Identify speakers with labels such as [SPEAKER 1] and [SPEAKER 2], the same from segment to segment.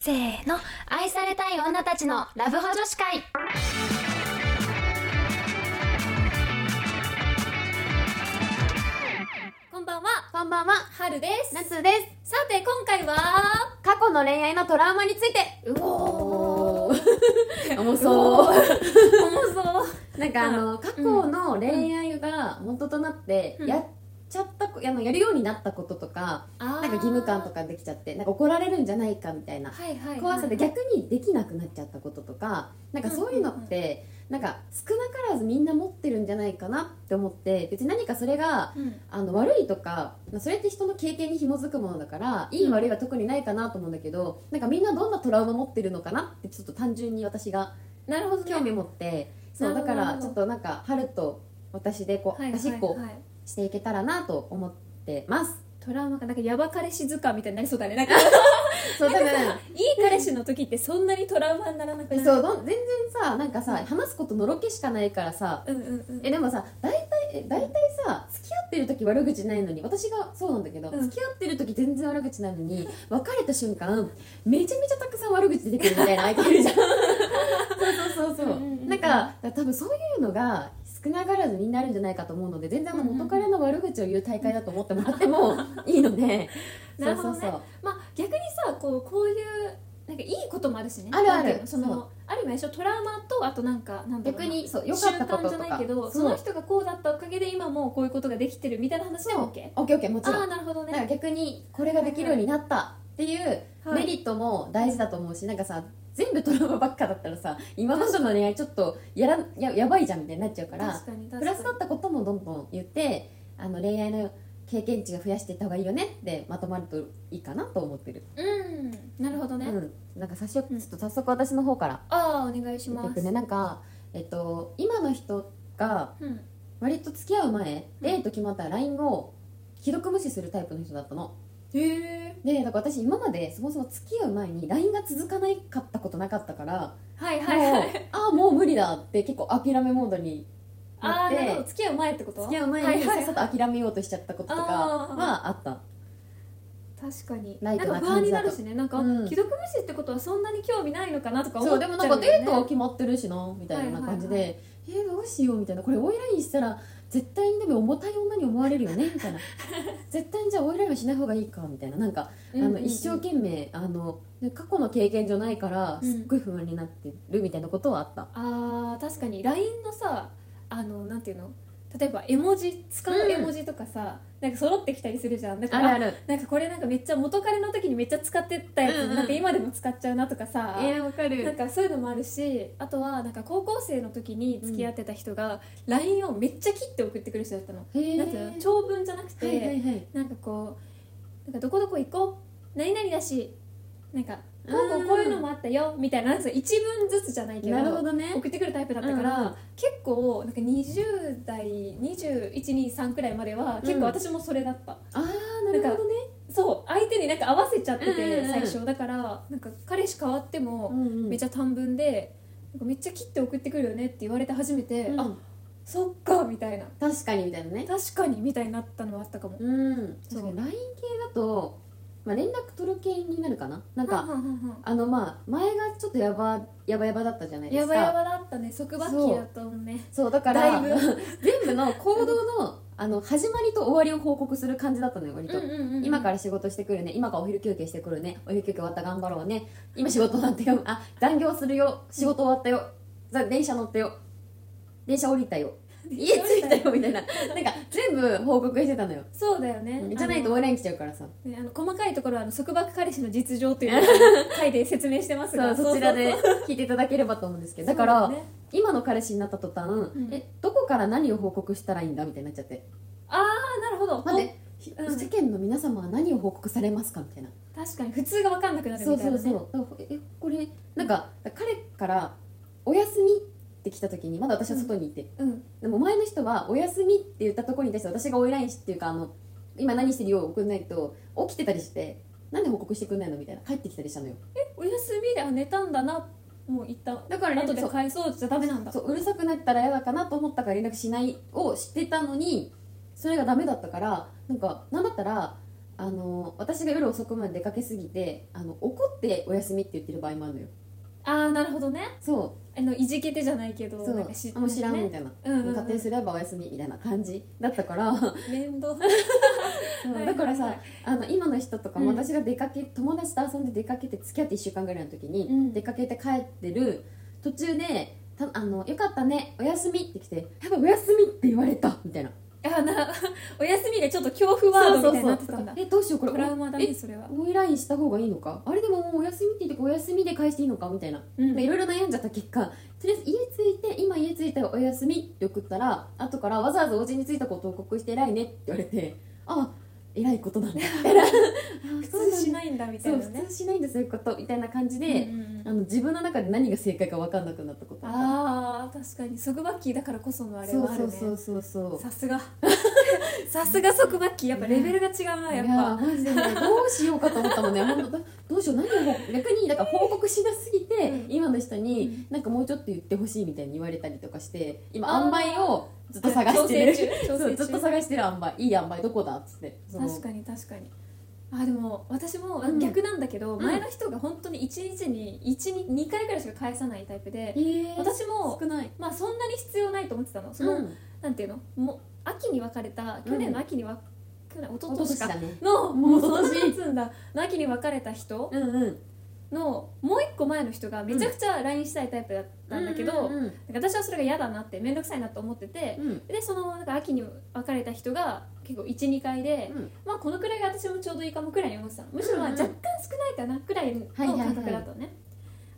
[SPEAKER 1] せーの愛されたい女たちのラブホ女子会
[SPEAKER 2] こんばんは、
[SPEAKER 1] こんばんは
[SPEAKER 2] 春です。
[SPEAKER 1] 夏です
[SPEAKER 2] さて、今回は、
[SPEAKER 1] 過去の恋愛のトラウマについて
[SPEAKER 2] う
[SPEAKER 1] お
[SPEAKER 2] お
[SPEAKER 1] ー
[SPEAKER 2] ー。
[SPEAKER 1] 重そう
[SPEAKER 2] 重そう。
[SPEAKER 1] なんかあの過去の恋愛が元となって
[SPEAKER 2] うん
[SPEAKER 1] やっちゃったこあのやるようになったこととか
[SPEAKER 2] な
[SPEAKER 1] なんか義務感と
[SPEAKER 2] か。
[SPEAKER 1] かできちゃってなんか怒られるんじゃないかみたいな
[SPEAKER 2] はいはい、はい。
[SPEAKER 1] 怖さで逆にできなくなっちゃったこととかなんかそういうのってなんか少なからずみんな持ってるんじゃないかなって思って別に何かそれが
[SPEAKER 2] うん。
[SPEAKER 1] あの悪いとかまあそれって人の経験に紐づくものだからいい悪いは特にないかなと思うんだけどなんかみんなどんなトラウマ持ってるのかなってちょっと単純に私が
[SPEAKER 2] なるほど、ね。
[SPEAKER 1] 興味持ってそう
[SPEAKER 2] な
[SPEAKER 1] だ
[SPEAKER 2] る
[SPEAKER 1] か
[SPEAKER 2] ほど
[SPEAKER 1] らちょっとなんか春と私でこう
[SPEAKER 2] はいはい
[SPEAKER 1] 足っこ
[SPEAKER 2] はい。
[SPEAKER 1] していけたらなと思ってます。
[SPEAKER 2] トラウマか、なんかヤバ彼氏図鑑みたいになりそうだね。なんか、
[SPEAKER 1] そう多 分
[SPEAKER 2] いい彼氏の時ってそんなにトラウマにならなくなる。
[SPEAKER 1] そうどん全然さなんかさ話すことのろけしかないからさ
[SPEAKER 2] うんうんうん。
[SPEAKER 1] えでもさ大体え大体さ付き合ってる時悪口ないのに私がそうなんだけど、
[SPEAKER 2] うん
[SPEAKER 1] 付き合ってる時全然悪口ないのに別れた瞬間めちゃめちゃたくさん悪口出てくるみたいな相手いるじゃんそうそうそうそう,、
[SPEAKER 2] うんうんうんうん
[SPEAKER 1] なんか多分そういうのが少なからずみんなあるんじゃないかと思うので全然あの元彼の悪口を言う大会だと思ってもらってもいいので
[SPEAKER 2] なるほどね
[SPEAKER 1] そうそう
[SPEAKER 2] まあ、逆にさ、こう、こういう、なんかいいこともあるしね。
[SPEAKER 1] あるある
[SPEAKER 2] なんていうのその、
[SPEAKER 1] そう
[SPEAKER 2] ある意味でしょ、トラウマと、あとなんか、なんだろ
[SPEAKER 1] そう
[SPEAKER 2] う
[SPEAKER 1] 逆
[SPEAKER 2] な。
[SPEAKER 1] にそう
[SPEAKER 2] 習
[SPEAKER 1] 良かったこと
[SPEAKER 2] 慣
[SPEAKER 1] と
[SPEAKER 2] じ
[SPEAKER 1] か
[SPEAKER 2] ゃないけどそ
[SPEAKER 1] そう
[SPEAKER 2] の人がこうだったおかげで今もうこういうことができてるみたいな話で
[SPEAKER 1] そう
[SPEAKER 2] も OK?
[SPEAKER 1] オッケーオッケーもちろ
[SPEAKER 2] ああー
[SPEAKER 1] ん
[SPEAKER 2] なるほどね
[SPEAKER 1] なんか逆にこれができるようになったっていう
[SPEAKER 2] はい
[SPEAKER 1] メリットも大事だと思うし、なんかさ全部トラウマばっかだったらさ今までの恋愛ちょっとやらややばいじゃんみたいになっちゃうから
[SPEAKER 2] 確かに確かに
[SPEAKER 1] プラスだったこともどんどん言ってあの恋愛の経験値が増やしていった方がいいよねってまとまるといいかなと思ってる、
[SPEAKER 2] うんなるほどね、
[SPEAKER 1] うん、なんか早速
[SPEAKER 2] うん
[SPEAKER 1] ちょっと早速私の方から
[SPEAKER 2] ああお願いし
[SPEAKER 1] 言って
[SPEAKER 2] ま
[SPEAKER 1] い
[SPEAKER 2] す
[SPEAKER 1] くねなんか、えっと、今の人が
[SPEAKER 2] うん
[SPEAKER 1] 割と付き合う前デート決まったら LINE を既読無視するタイプの人だったの。
[SPEAKER 2] へえ
[SPEAKER 1] でなんか私今までそもそも付き合う前に LINE が続かないかったことなかったから、
[SPEAKER 2] はいはいは
[SPEAKER 1] もう
[SPEAKER 2] い
[SPEAKER 1] ああもう無理だって結構諦めモードに
[SPEAKER 2] あ
[SPEAKER 1] なっ
[SPEAKER 2] あなるほど
[SPEAKER 1] て
[SPEAKER 2] 付き合う前ってこと
[SPEAKER 1] 付き合う
[SPEAKER 2] は
[SPEAKER 1] 前
[SPEAKER 2] い
[SPEAKER 1] に
[SPEAKER 2] は
[SPEAKER 1] さ
[SPEAKER 2] い
[SPEAKER 1] っさと諦めようとしちゃったこととか
[SPEAKER 2] あー
[SPEAKER 1] はあった、
[SPEAKER 2] 確かに
[SPEAKER 1] ラ
[SPEAKER 2] なん
[SPEAKER 1] イト
[SPEAKER 2] か
[SPEAKER 1] な
[SPEAKER 2] 不安
[SPEAKER 1] 感
[SPEAKER 2] に
[SPEAKER 1] じ
[SPEAKER 2] な
[SPEAKER 1] だと
[SPEAKER 2] るしねなんか、
[SPEAKER 1] うん
[SPEAKER 2] 既読無視ってことはそんなに興味ないのかなとか思っちゃ
[SPEAKER 1] そうでもなんか
[SPEAKER 2] よね
[SPEAKER 1] デートは決まってるしなみたいな感じで、
[SPEAKER 2] はいは
[SPEAKER 1] えーどうしようみたいなこれオイラインしたら絶対にでも重たい女に思われるよねみたい な絶対にじゃあオイラインはしない方がいいかみたいななんかあ
[SPEAKER 2] うんうん
[SPEAKER 1] の
[SPEAKER 2] うん
[SPEAKER 1] 一生懸命あの過去の経験じゃないから
[SPEAKER 2] うん
[SPEAKER 1] すっごい不安になってるみたいなことはあった、
[SPEAKER 2] あー確かに LINE のさあのなんていうの例えば絵文字使う絵文字とかさ、なんか揃ってきたりするじゃんだから
[SPEAKER 1] る
[SPEAKER 2] なんかこれなんかめっちゃ元彼の時にめっちゃ使ってたやつ、
[SPEAKER 1] うんうん
[SPEAKER 2] なんか今でも使っちゃうなとかさ、
[SPEAKER 1] ー、わか
[SPEAKER 2] なんかそういうのもあるしあとはなんか高校生の時に付き合ってた人が LINE をめっちゃ切って送ってくる人だったの、
[SPEAKER 1] へえ
[SPEAKER 2] なんていうの長文じゃなくて、
[SPEAKER 1] はいはいはい
[SPEAKER 2] なんかこうなんかどこどこ行こう何々だしなんかこうこうこういうのもあったよみたいななんか一文ずつじゃないけど
[SPEAKER 1] なるほどね
[SPEAKER 2] 送ってくるタイプだったから、
[SPEAKER 1] うんうん
[SPEAKER 2] 結構なんか20代2123くらいまでは結
[SPEAKER 1] うん
[SPEAKER 2] 構私もそれだった、
[SPEAKER 1] ああなるほどね
[SPEAKER 2] そう相手になんか合わせちゃってて、
[SPEAKER 1] うんうんうん
[SPEAKER 2] 最初だからなんか彼氏変わってもめっち
[SPEAKER 1] ゃ
[SPEAKER 2] ゃ短文で、なんかめっちゃ切って送ってくるよねって言われて初めて、あ
[SPEAKER 1] あ
[SPEAKER 2] そっかみたいな
[SPEAKER 1] 確かにみたいなね
[SPEAKER 2] 確かにみたいになったのはあったかも。
[SPEAKER 1] うん
[SPEAKER 2] そう
[SPEAKER 1] 確かに LINE 系だと、まあ、連絡取る系になるかななんか、
[SPEAKER 2] はんはんはん
[SPEAKER 1] あのまあ前がちょっとやばやばやばだったじゃないで
[SPEAKER 2] や
[SPEAKER 1] すか
[SPEAKER 2] ばやばだったね束縛期だったもんね
[SPEAKER 1] そうだから
[SPEAKER 2] だい
[SPEAKER 1] 全部の行動のあの始まりと終わりを報告する感じだったのよ割と、今からら仕事してくるね今からお昼休憩してくるねお昼休憩終わった頑張ろうね今仕事終わったよあ残業するよ仕事終わったよさ電車乗ったよ電車降りた よ家着いたよみたいななんか全部報告してたのよ
[SPEAKER 2] そうだよね
[SPEAKER 1] じゃないと
[SPEAKER 2] あ
[SPEAKER 1] オンライン来ちゃうからさ
[SPEAKER 2] のねあの細かいところはあの束縛彼氏の実情というのを 回で説明してます
[SPEAKER 1] そ
[SPEAKER 2] が
[SPEAKER 1] うそちらで聞いていただければと思うんですけどだか
[SPEAKER 2] そう
[SPEAKER 1] ら
[SPEAKER 2] よね
[SPEAKER 1] 今の彼氏になった途端
[SPEAKER 2] ん
[SPEAKER 1] えどこから何を報告したらいいんだみたいになっちゃって
[SPEAKER 2] ああなるほど
[SPEAKER 1] 待ってひ
[SPEAKER 2] うん
[SPEAKER 1] 世間の皆様は何を報告されますかみたいな
[SPEAKER 2] ほん確かに普通が分かんなくなる
[SPEAKER 1] そう
[SPEAKER 2] みたい
[SPEAKER 1] そ
[SPEAKER 2] な
[SPEAKER 1] う
[SPEAKER 2] ね
[SPEAKER 1] そうだからえこれなんか彼から「おやすみ」って来た時にまだ私は外にいて、
[SPEAKER 2] うん
[SPEAKER 1] でも前の人は「おやすみ」って言ったところに対して私がオイラインしっていうかあの今何してるよを送んないと起きてたりしてなんで報告してくんないのみたいな帰ってきたりしたのよ
[SPEAKER 2] お休みであ寝たんだなもう一旦
[SPEAKER 1] だから
[SPEAKER 2] 後で
[SPEAKER 1] そう
[SPEAKER 2] 返そうじゃダメなんだ
[SPEAKER 1] そううるさくなったら嫌だかなと思ったから連絡しないをしてたのにそれがダメだったからなんかなんだったらあの私が夜遅くまで出かけすぎてあの怒ってお休みって言ってる場合もあるのよ
[SPEAKER 2] ああなるほどね
[SPEAKER 1] そ
[SPEAKER 2] あのいじけてじゃないけど
[SPEAKER 1] うそう
[SPEAKER 2] なんか知って
[SPEAKER 1] あもう知らんみ
[SPEAKER 2] ね
[SPEAKER 1] たいな、
[SPEAKER 2] うんうんうん
[SPEAKER 1] 勝手にすればお休みみたいな感じだったからそう
[SPEAKER 2] 面倒
[SPEAKER 1] だからさ、
[SPEAKER 2] はいはい
[SPEAKER 1] あの今の人とかも
[SPEAKER 2] うん
[SPEAKER 1] 私が出かけ、友達と遊んで出かけて付き合って1週間ぐらいの時に、
[SPEAKER 2] うん
[SPEAKER 1] 出かけて帰ってる途中で「たあのよかったねお休み」って来て「やっぱお休み」って言われたみたいな
[SPEAKER 2] あーな お休みがちょっと恐怖ワードみたいになってたんだ
[SPEAKER 1] えどうしようこれ
[SPEAKER 2] トラウマだ
[SPEAKER 1] え
[SPEAKER 2] ねそれは、
[SPEAKER 1] オイラインした方がいいのかあれでももうお休みって言ってお休みで返していいのかみたいな
[SPEAKER 2] うん
[SPEAKER 1] いろいろ悩んじゃった結果とりあえず家着いて今家着いたらお休みって送ったら後からわざわざお家に着いたことを報告して偉いねって言われてあえらいこ となんだみたいな普
[SPEAKER 2] 普通しないんだみた
[SPEAKER 1] そ
[SPEAKER 2] いうな
[SPEAKER 1] 普
[SPEAKER 2] ね
[SPEAKER 1] 通しないんだそういうことみたいな感じで、
[SPEAKER 2] うんうんうん
[SPEAKER 1] あの自分の中で何が正解か分かんなくなったこと
[SPEAKER 2] あー確かに束縛期だからこそのあれはあるね
[SPEAKER 1] そうそうそうそうそう
[SPEAKER 2] さすが さすが束縛期やっぱレベルが違うなやっ
[SPEAKER 1] いや
[SPEAKER 2] ぱ
[SPEAKER 1] マジでねどうしようかと思っ たもんね本当だどうしよう何を逆にだから報告しなすぎて、
[SPEAKER 2] うん
[SPEAKER 1] 今の人に、
[SPEAKER 2] うん
[SPEAKER 1] なんかもうちょっと言ってほしいみたいに言われたりとかして今
[SPEAKER 2] あー
[SPEAKER 1] 塩梅をずっと探してる
[SPEAKER 2] 調整中調整
[SPEAKER 1] そう
[SPEAKER 2] 中
[SPEAKER 1] ずっと探してる塩梅いい塩梅どこだっつってその
[SPEAKER 2] 確かに確かにあでも私もあ
[SPEAKER 1] うん
[SPEAKER 2] 逆なんだけど、
[SPEAKER 1] うん
[SPEAKER 2] 前の人が本当に1日に1に2回ぐらいしか返さないタイプで、
[SPEAKER 1] えー、
[SPEAKER 2] 私も
[SPEAKER 1] 少ない
[SPEAKER 2] まあそんなに必要ないと思ってたのその、
[SPEAKER 1] うん
[SPEAKER 2] なんていうのもう秋に別れた去年の秋にわ、去年一昨
[SPEAKER 1] おとと
[SPEAKER 2] 年
[SPEAKER 1] し
[SPEAKER 2] か
[SPEAKER 1] だね
[SPEAKER 2] の
[SPEAKER 1] も
[SPEAKER 2] も
[SPEAKER 1] う
[SPEAKER 2] う
[SPEAKER 1] 一
[SPEAKER 2] そ
[SPEAKER 1] 昨
[SPEAKER 2] の
[SPEAKER 1] 年
[SPEAKER 2] なんつうんだの秋に別れた人
[SPEAKER 1] うんうん
[SPEAKER 2] のもう一個前の人がめちゃくちゃ LINE したいタイプだったんだけど、
[SPEAKER 1] うんうん
[SPEAKER 2] なんか私はそれが嫌だなって面倒くさいなと思ってて、
[SPEAKER 1] うん
[SPEAKER 2] でそのなんか秋に別れた人が結構12回で、
[SPEAKER 1] うん
[SPEAKER 2] まあこのくらいが私もちょうどいいかもくらいに思ってたのむしろまあ
[SPEAKER 1] うんうん
[SPEAKER 2] 若干少ないかなくらいの
[SPEAKER 1] はいはいはい
[SPEAKER 2] 感覚だったのね、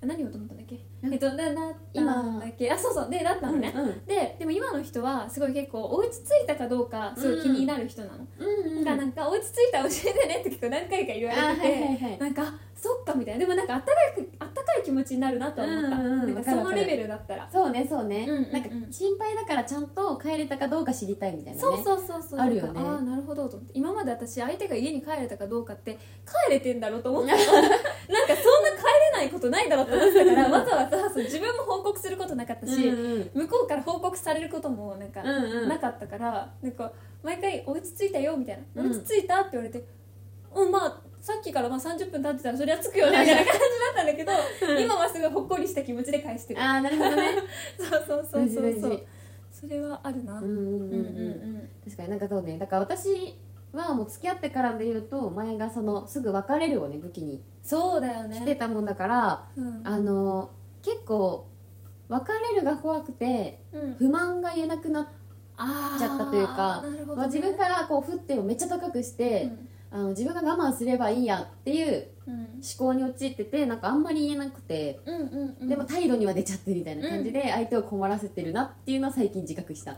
[SPEAKER 2] あ何をと思ったんだっけ
[SPEAKER 1] うん
[SPEAKER 2] えっとなな
[SPEAKER 1] 今
[SPEAKER 2] なんだっけあそうそうでだったのね、
[SPEAKER 1] うん
[SPEAKER 2] ででも今の人はすごい結構お家着いたかどうかすごい気になる人なの、
[SPEAKER 1] うん
[SPEAKER 2] だ
[SPEAKER 1] うん
[SPEAKER 2] からなんか「お家着いたら教えてね」って結構何回か言われ
[SPEAKER 1] あー
[SPEAKER 2] て
[SPEAKER 1] はい
[SPEAKER 2] て、
[SPEAKER 1] はいはい
[SPEAKER 2] なんかあそっかみたいなでもなんかあったかいあったかい気持ちになるなとは思った、
[SPEAKER 1] うんうん
[SPEAKER 2] な
[SPEAKER 1] うん
[SPEAKER 2] んか
[SPEAKER 1] わ
[SPEAKER 2] そ
[SPEAKER 1] かるわ
[SPEAKER 2] の
[SPEAKER 1] かる
[SPEAKER 2] レベルだったら
[SPEAKER 1] そうねそうね、
[SPEAKER 2] うんうんうん
[SPEAKER 1] なんか心配だからちゃんと帰れたかどうか知りたいみたいなね
[SPEAKER 2] そうそうそうそう
[SPEAKER 1] あるよね
[SPEAKER 2] なんかああなるほどと思って今まで私相手が家に帰れたかどうかって帰れてんだろうと 思ってなんかそんな帰れないことないだろうと思ってたからわざわざそう自分も報告することなかったし、
[SPEAKER 1] うんう
[SPEAKER 2] 向
[SPEAKER 1] ん
[SPEAKER 2] こうから報告されることもなんか
[SPEAKER 1] うんうん
[SPEAKER 2] なかったから、なんか毎回「お家着いたよ」みたいな「
[SPEAKER 1] うん
[SPEAKER 2] お家着いた?」って言われて「うんまあさっきからまあ30分経ってたらそりゃ着くよね」みたいな感じだったんだけど、
[SPEAKER 1] うん
[SPEAKER 2] 今はすごいほっこりした気持ちで返してる
[SPEAKER 1] ああなるほどね
[SPEAKER 2] そうそうそうそ
[SPEAKER 1] 大
[SPEAKER 2] う
[SPEAKER 1] 事
[SPEAKER 2] そ
[SPEAKER 1] 大
[SPEAKER 2] う
[SPEAKER 1] 事
[SPEAKER 2] それはあるな、
[SPEAKER 1] うんうんうん
[SPEAKER 2] うん
[SPEAKER 1] うん
[SPEAKER 2] うん
[SPEAKER 1] 確かになんかそうねだから私はもう付き合ってからで言うと前がそのすぐ別れるをね武器に
[SPEAKER 2] そうだよね
[SPEAKER 1] してたもんだから、
[SPEAKER 2] うん
[SPEAKER 1] あの結構別れるが怖くて
[SPEAKER 2] うん、
[SPEAKER 1] 不満が言えなくなっ
[SPEAKER 2] あー
[SPEAKER 1] ちゃったというか
[SPEAKER 2] なるほどね、
[SPEAKER 1] まあ自分からこう振ってをめっちゃ高くして、あの自分が我慢すればいいやっていう
[SPEAKER 2] うん
[SPEAKER 1] 思考に陥っててなんかあんまり言えなくて、
[SPEAKER 2] うんうんうん
[SPEAKER 1] でも態度には出ちゃってるみたいな感じで相手を困らせてるなっていうのは最近自覚した、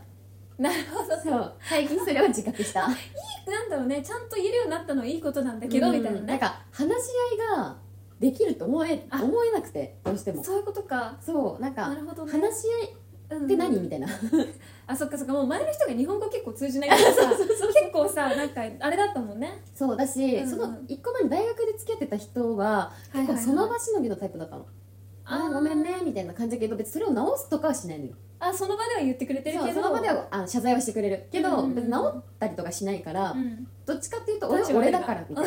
[SPEAKER 2] なるほどそう
[SPEAKER 1] そう最近それは自覚し
[SPEAKER 2] な
[SPEAKER 1] た
[SPEAKER 2] んだろうねちゃんと言えるようになったのはいいことなんだけど、
[SPEAKER 1] うん
[SPEAKER 2] みたいなね
[SPEAKER 1] んか話し合いができると思え
[SPEAKER 2] あ
[SPEAKER 1] 思えなくてどうしても
[SPEAKER 2] そういうことか
[SPEAKER 1] そうなんか
[SPEAKER 2] なるほどね
[SPEAKER 1] 話し合
[SPEAKER 2] っ
[SPEAKER 1] いって何みたいな
[SPEAKER 2] あそっかそっかもう前の人が日本語結構通じないから さ結構さなんかあれだったもんね
[SPEAKER 1] そうだし
[SPEAKER 2] うん
[SPEAKER 1] その1個前に大学で付き合ってた人は結構その場しのぎのタイプだったのあーごめんねみたいな感じだけど別にそれを直すとかはしないのよ
[SPEAKER 2] あその場では言ってくれてる
[SPEAKER 1] そ
[SPEAKER 2] け
[SPEAKER 1] う
[SPEAKER 2] ど
[SPEAKER 1] その場ではあ謝罪はしてくれるけ
[SPEAKER 2] うんう
[SPEAKER 1] ど
[SPEAKER 2] んうん
[SPEAKER 1] 別に直ったりとかしないから
[SPEAKER 2] うん
[SPEAKER 1] どっちかっていうと俺は
[SPEAKER 2] 立場が
[SPEAKER 1] 俺だからみたい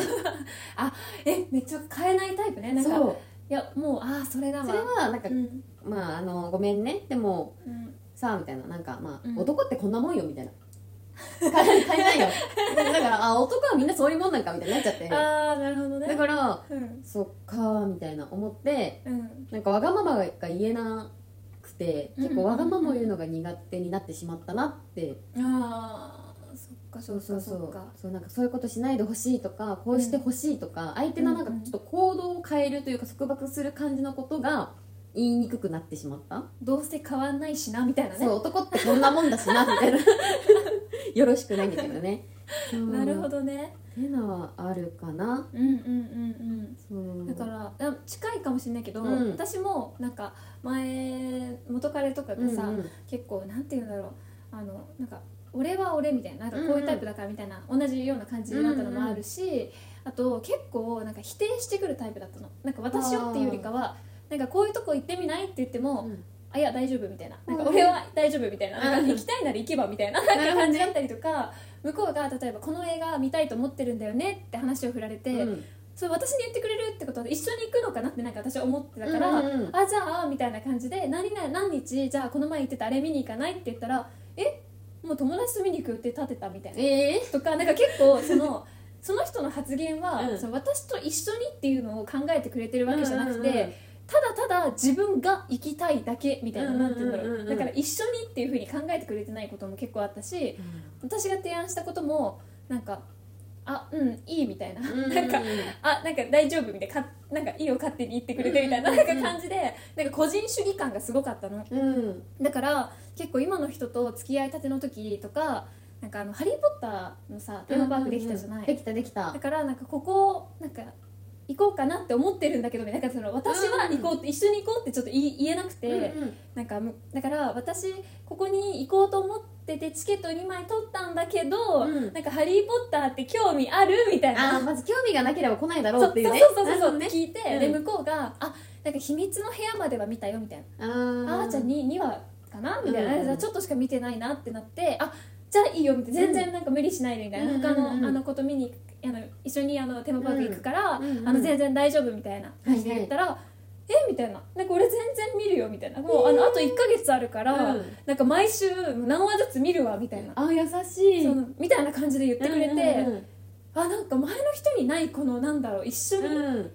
[SPEAKER 2] えめっちゃ変えないタイプねな
[SPEAKER 1] なん
[SPEAKER 2] か
[SPEAKER 1] そう
[SPEAKER 2] いやもうああそれだわ
[SPEAKER 1] それはなんか
[SPEAKER 2] うん
[SPEAKER 1] まああのごめんねでも
[SPEAKER 2] うん
[SPEAKER 1] さあみたいななんかまあ、
[SPEAKER 2] うん
[SPEAKER 1] 男ってこんなもんよみたいな買え買えないよだからあ男はみんなそういうもんなんかみたいになっちゃってだ
[SPEAKER 2] ああなるほどね
[SPEAKER 1] から
[SPEAKER 2] うん
[SPEAKER 1] そっかーみたいな思って
[SPEAKER 2] うん
[SPEAKER 1] なんかわがままが言えなくて結構わがままを言うのが苦手になってしまったなって
[SPEAKER 2] ああそっかそ
[SPEAKER 1] そう
[SPEAKER 2] っ
[SPEAKER 1] そ
[SPEAKER 2] かそう
[SPEAKER 1] うそ
[SPEAKER 2] っか
[SPEAKER 1] そうなんかそういうことしないでほしいとかこうしてほしいとか、相手のなんか
[SPEAKER 2] うんうん
[SPEAKER 1] ちょっと行動を変えるというか束縛する感じのことが言いにくくなってしまった
[SPEAKER 2] どうせ変わんないしなみたいな
[SPEAKER 1] そう
[SPEAKER 2] ね
[SPEAKER 1] 男ってこんなもんだしなみたいなよろしくないんだけどね
[SPEAKER 2] なるほ
[SPEAKER 1] ど
[SPEAKER 2] どね
[SPEAKER 1] てのはあるかな
[SPEAKER 2] うんうんうんうん
[SPEAKER 1] そう
[SPEAKER 2] だからあ近いかもしれないけど、
[SPEAKER 1] うん
[SPEAKER 2] 私もなんか前元彼とか
[SPEAKER 1] うん
[SPEAKER 2] が
[SPEAKER 1] うん
[SPEAKER 2] さ、結構なんて言うんだろうあのなんか俺は俺みたいななんかこういうタイプだからみたいな、同じような感じだったのもあるし、あと結構なんか否定してくるタイプだったのなんか私よっていうよりかはなんかこういうとこ行ってみないって言っても、
[SPEAKER 1] うん
[SPEAKER 2] あいや大丈夫みたいななん
[SPEAKER 1] うん
[SPEAKER 2] か俺は大丈夫みたいな,、
[SPEAKER 1] うん
[SPEAKER 2] なんか行きたいなら行けばみたいな
[SPEAKER 1] なるほどね
[SPEAKER 2] 感じだったりとか、向こうが例えばこの映画見たいと思ってるんだよねって話を振られて、
[SPEAKER 1] うん
[SPEAKER 2] それ私に言ってくれるってことは一緒に行くのかなってなんか私は思ってたから、
[SPEAKER 1] うんうんうん
[SPEAKER 2] あじゃあみたいな感じで何々何日じゃあこの前行ってたあれ見に行かないって言ったらえもう友達と見に行くって立てたみたいな
[SPEAKER 1] ええ
[SPEAKER 2] とかなんか結構そ のその人の発言は、
[SPEAKER 1] うん
[SPEAKER 2] その私と一緒にっていうのを考えてくれてるわけじゃなくて、
[SPEAKER 1] うんうんうん
[SPEAKER 2] ただただ自分が行きたいだけみたいな
[SPEAKER 1] うんうんうん
[SPEAKER 2] なんて言うんだろ
[SPEAKER 1] うん
[SPEAKER 2] う
[SPEAKER 1] うん
[SPEAKER 2] だから一緒にっていうふうに考えてくれてないことも結構あったし私が提案したこともなんかあうんいいみたいな、なんかあなんか大丈夫みたいなかなんかいいよ勝手に言ってくれてみたいな,、
[SPEAKER 1] うんうんうん
[SPEAKER 2] なんか感じでなんか個人主義感がすごかったの
[SPEAKER 1] うん
[SPEAKER 2] だから結構今の人と付き合いたての時とかなんかあの「ハリー・ポッター」のさテーマパークできたじゃない、
[SPEAKER 1] できたできた
[SPEAKER 2] だからなんかここなんか行こうかなって思ってるんだけどなんかその私は行こうって、一緒に行こうってちょっと言い言えなくて、
[SPEAKER 1] うん
[SPEAKER 2] なんかむだから私ここに行こうと思っててチケット2枚取ったんだけど、
[SPEAKER 1] うん
[SPEAKER 2] なんか「ハリー・ポッター」って興味あるみたいな
[SPEAKER 1] あーまず興味がなければ来ないだろ
[SPEAKER 2] そうう
[SPEAKER 1] っていうね
[SPEAKER 2] そうそうそうそう
[SPEAKER 1] なる
[SPEAKER 2] 聞いて、
[SPEAKER 1] うん
[SPEAKER 2] で向こうが「あなんか秘密の部屋までは見たよ」みたいな
[SPEAKER 1] ほど
[SPEAKER 2] 「
[SPEAKER 1] ね
[SPEAKER 2] あーちゃんに2話かな?」みたいな、
[SPEAKER 1] うんうん
[SPEAKER 2] あじゃあちょっとしか見てないな」ってなって「あじゃあいいよ」みたいな全然なんか無理しないでみたいな、
[SPEAKER 1] うん
[SPEAKER 2] 他の,、
[SPEAKER 1] うんうんうん
[SPEAKER 2] あのこと見にあの一緒にあのテーマパーク行くから、
[SPEAKER 1] うんうんうん
[SPEAKER 2] あの全然大丈夫みたいな感じで言ったら「えみたいな「なんか俺全然見るよ」みたいな「もうあのあと1か月あるから、
[SPEAKER 1] うん
[SPEAKER 2] なんか毎週何話ずつ見るわ」みたいな、
[SPEAKER 1] あー優しい
[SPEAKER 2] そのみたいな感じで言ってくれて、
[SPEAKER 1] うん
[SPEAKER 2] あなんか前の人にないこのなんだろう一緒に
[SPEAKER 1] うんうんうん
[SPEAKER 2] っ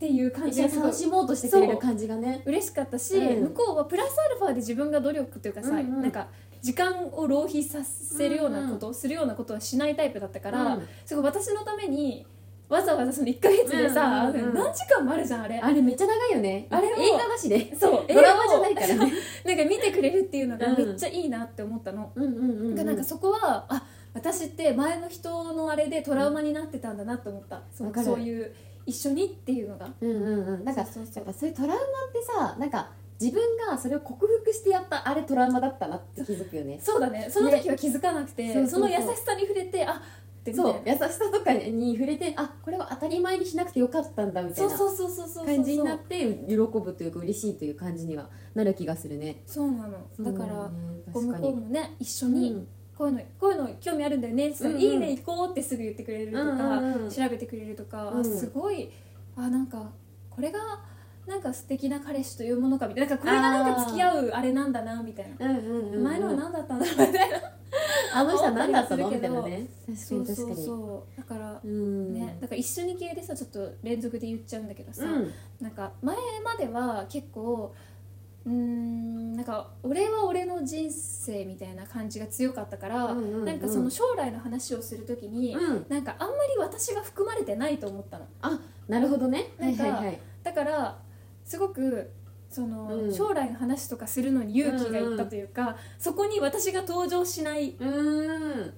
[SPEAKER 2] ていう感じ
[SPEAKER 1] 一緒
[SPEAKER 2] が
[SPEAKER 1] に
[SPEAKER 2] すごい
[SPEAKER 1] 楽しもうとしてくれる感じがね
[SPEAKER 2] 嬉しかったし、
[SPEAKER 1] うん
[SPEAKER 2] 向こうはプラスアルファで自分が努力っていうかさ、
[SPEAKER 1] うんうん
[SPEAKER 2] なんか時間を浪費させるようなこと、するようなことはしないタイプだったから、
[SPEAKER 1] うん
[SPEAKER 2] すごい私のためにわざわざその1か月でさ、
[SPEAKER 1] うんうんうん
[SPEAKER 2] 何時間もあるじゃんあれ。
[SPEAKER 1] あれめっちゃ長いよね
[SPEAKER 2] あれを
[SPEAKER 1] 映画なしで
[SPEAKER 2] そう
[SPEAKER 1] ドラマじゃないから
[SPEAKER 2] 映画を
[SPEAKER 1] ね
[SPEAKER 2] なんか見てくれるっていうのが
[SPEAKER 1] う
[SPEAKER 2] め
[SPEAKER 1] ん
[SPEAKER 2] っちゃいいなって思ったの、
[SPEAKER 1] うんうんうん
[SPEAKER 2] がなんかそこはあ私って前の人のあれでトラウマになってたんだなって思った、その
[SPEAKER 1] わかる
[SPEAKER 2] そういう一緒にっていうのが
[SPEAKER 1] うんうんうんなんか
[SPEAKER 2] そうそうそ
[SPEAKER 1] や
[SPEAKER 2] う
[SPEAKER 1] っぱそういうトラウマってさなんか自分がそれを克服してやったあれトラウマだったなって気づくよね
[SPEAKER 2] そうだねその時は気づかなくて、
[SPEAKER 1] そう
[SPEAKER 2] そ
[SPEAKER 1] そうそう
[SPEAKER 2] の優しさに触れてあってみたい
[SPEAKER 1] そ
[SPEAKER 2] な
[SPEAKER 1] う優しさとかに触れてあこれは当たり前にしなくてよかったんだみたいな
[SPEAKER 2] そうそうそうそうそう
[SPEAKER 1] 感じになって喜ぶというか嬉しいという感じにはなる気がするね
[SPEAKER 2] そうなのだから、
[SPEAKER 1] そ
[SPEAKER 2] こう
[SPEAKER 1] う
[SPEAKER 2] 向
[SPEAKER 1] だよね
[SPEAKER 2] こう
[SPEAKER 1] 確かに
[SPEAKER 2] もね一緒に、
[SPEAKER 1] うん
[SPEAKER 2] こういうのこういうの興味あるんだよねって言ったら
[SPEAKER 1] うんうん
[SPEAKER 2] いいね行こう」ってすぐ言ってくれるとか、
[SPEAKER 1] うんうんうん
[SPEAKER 2] 調べてくれるとか、
[SPEAKER 1] うん
[SPEAKER 2] すごいあなんかこれがなんか素敵な彼氏というものかみたいななんかこれがなんか付き合うあれなんだなみたいな、
[SPEAKER 1] うんうんうんうん
[SPEAKER 2] 前のは何だったんだろうみたいな
[SPEAKER 1] あの人は何だった
[SPEAKER 2] あ
[SPEAKER 1] の
[SPEAKER 2] ったりす
[SPEAKER 1] みたい
[SPEAKER 2] るけど
[SPEAKER 1] なね確か
[SPEAKER 2] そうそ
[SPEAKER 1] に確か
[SPEAKER 2] う
[SPEAKER 1] に
[SPEAKER 2] そうだから
[SPEAKER 1] う、ん
[SPEAKER 2] ねだから一緒に系でさちょっと連続で言っちゃうんだけどさ、
[SPEAKER 1] うん
[SPEAKER 2] なんか前までは結構うーんなんか俺は俺の人生みたいな感じが強かったから、
[SPEAKER 1] うんうんうん
[SPEAKER 2] なんかその将来の話をするときに、
[SPEAKER 1] うん
[SPEAKER 2] なんかあんまり私が含まれてないと思ったの
[SPEAKER 1] あなるほどね
[SPEAKER 2] なんか
[SPEAKER 1] はいはいはい
[SPEAKER 2] だからすごくその、
[SPEAKER 1] うん
[SPEAKER 2] 将来の話とかするのに勇気がいったというか、そこに私が登場しない
[SPEAKER 1] うん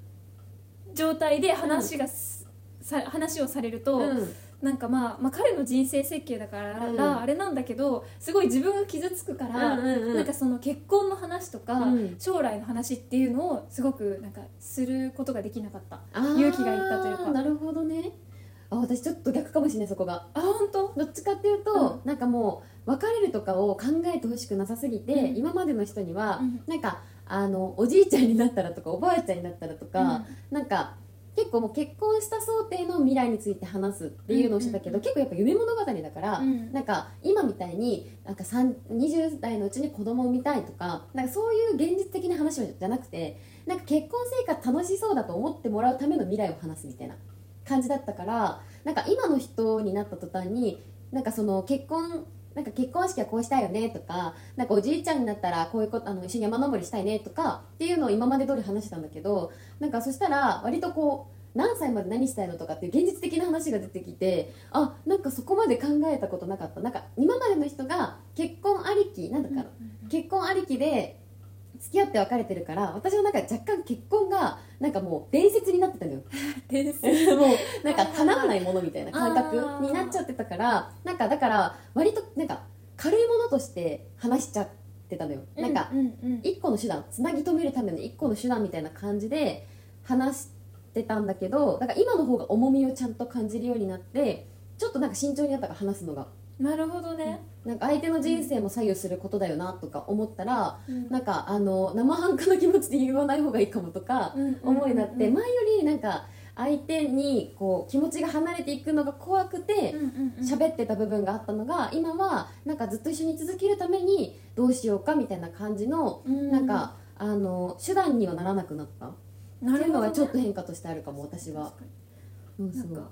[SPEAKER 2] 状態で話がす、さ話をされると、
[SPEAKER 1] うん
[SPEAKER 2] なんかまあ、まあ、彼の人生設計だから、
[SPEAKER 1] うん
[SPEAKER 2] あれなんだけどすごい自分が傷つくから、
[SPEAKER 1] うんうんうん
[SPEAKER 2] なんかその結婚の話とか、
[SPEAKER 1] うん
[SPEAKER 2] 将来の話っていうのをすごくなんかすることができなかったあ
[SPEAKER 1] あー
[SPEAKER 2] 勇気がいったというか
[SPEAKER 1] なるほどねあ私ちょっと逆かもしれないそこが
[SPEAKER 2] 本当
[SPEAKER 1] どっちかっていうと、なんかもう別れるとかを考えてほしくなさすぎて、
[SPEAKER 2] うん
[SPEAKER 1] 今までの人には、
[SPEAKER 2] うん
[SPEAKER 1] なんかあのおじいちゃんになったらとかおばあちゃんになったらとか、なんか結構もう結婚した想定の未来について話すっていうのをしてたけど、
[SPEAKER 2] うんうんうん
[SPEAKER 1] 結構やっぱ夢物語だから、
[SPEAKER 2] うん
[SPEAKER 1] なんか今みたいになんか3 20代のうちに子供を産みたいとかなんかそういう現実的な話じゃなくてなんか結婚生活楽しそうだと思ってもらうための未来を話すみたいな感じだったからなんか今の人になった途端になんかその結婚なんか結婚式はこうしたいよねとかなんかおじいちゃんになったらこういうことあの一緒に山登りしたいねとかっていうのを今まで通り話してたんだけどなんかそしたら割とこう何歳まで何したいのとかっていう現実的な話が出てきてあなんかそこまで考えたことなかったなんか今までの人が結婚ありきなんだか、結婚ありきで付き合って別れてるから私はなんか若干結婚がなんかもう伝説になってたのよ
[SPEAKER 2] です
[SPEAKER 1] もう なんか叶わないものみたいな感覚になっちゃってたからなんかだから割となんか軽いものとして話しちゃってたのよ、なんか
[SPEAKER 2] うんうん
[SPEAKER 1] 一個の手段つなぎ止めるための一個の手段みたいな感じで話してたんだけどだから今の方が重みをちゃんと感じるようになってちょっとなんか慎重になったから話すのが
[SPEAKER 2] うなるほどね、
[SPEAKER 1] なんか相手の人生も左右することだよなとか思ったら、
[SPEAKER 2] うん
[SPEAKER 1] なんかあの生半可な気持ちで言わない方がいいかもとか
[SPEAKER 2] うんうんうんうん
[SPEAKER 1] 思いになって、前よりなんか相手にこう気持ちが離れていくのが怖くて
[SPEAKER 2] 喋
[SPEAKER 1] 喋ってた部分があったのが今はなんかずっと一緒に続けるためにどうしようかみたいな感じのなんか、あの手段にはならなくなったって
[SPEAKER 2] ないる
[SPEAKER 1] う
[SPEAKER 2] ほど
[SPEAKER 1] のが
[SPEAKER 2] ね
[SPEAKER 1] ちょっと変化としてあるかも私は
[SPEAKER 2] 確。かに
[SPEAKER 1] うん
[SPEAKER 2] な
[SPEAKER 1] す
[SPEAKER 2] ん
[SPEAKER 1] ごい
[SPEAKER 2] か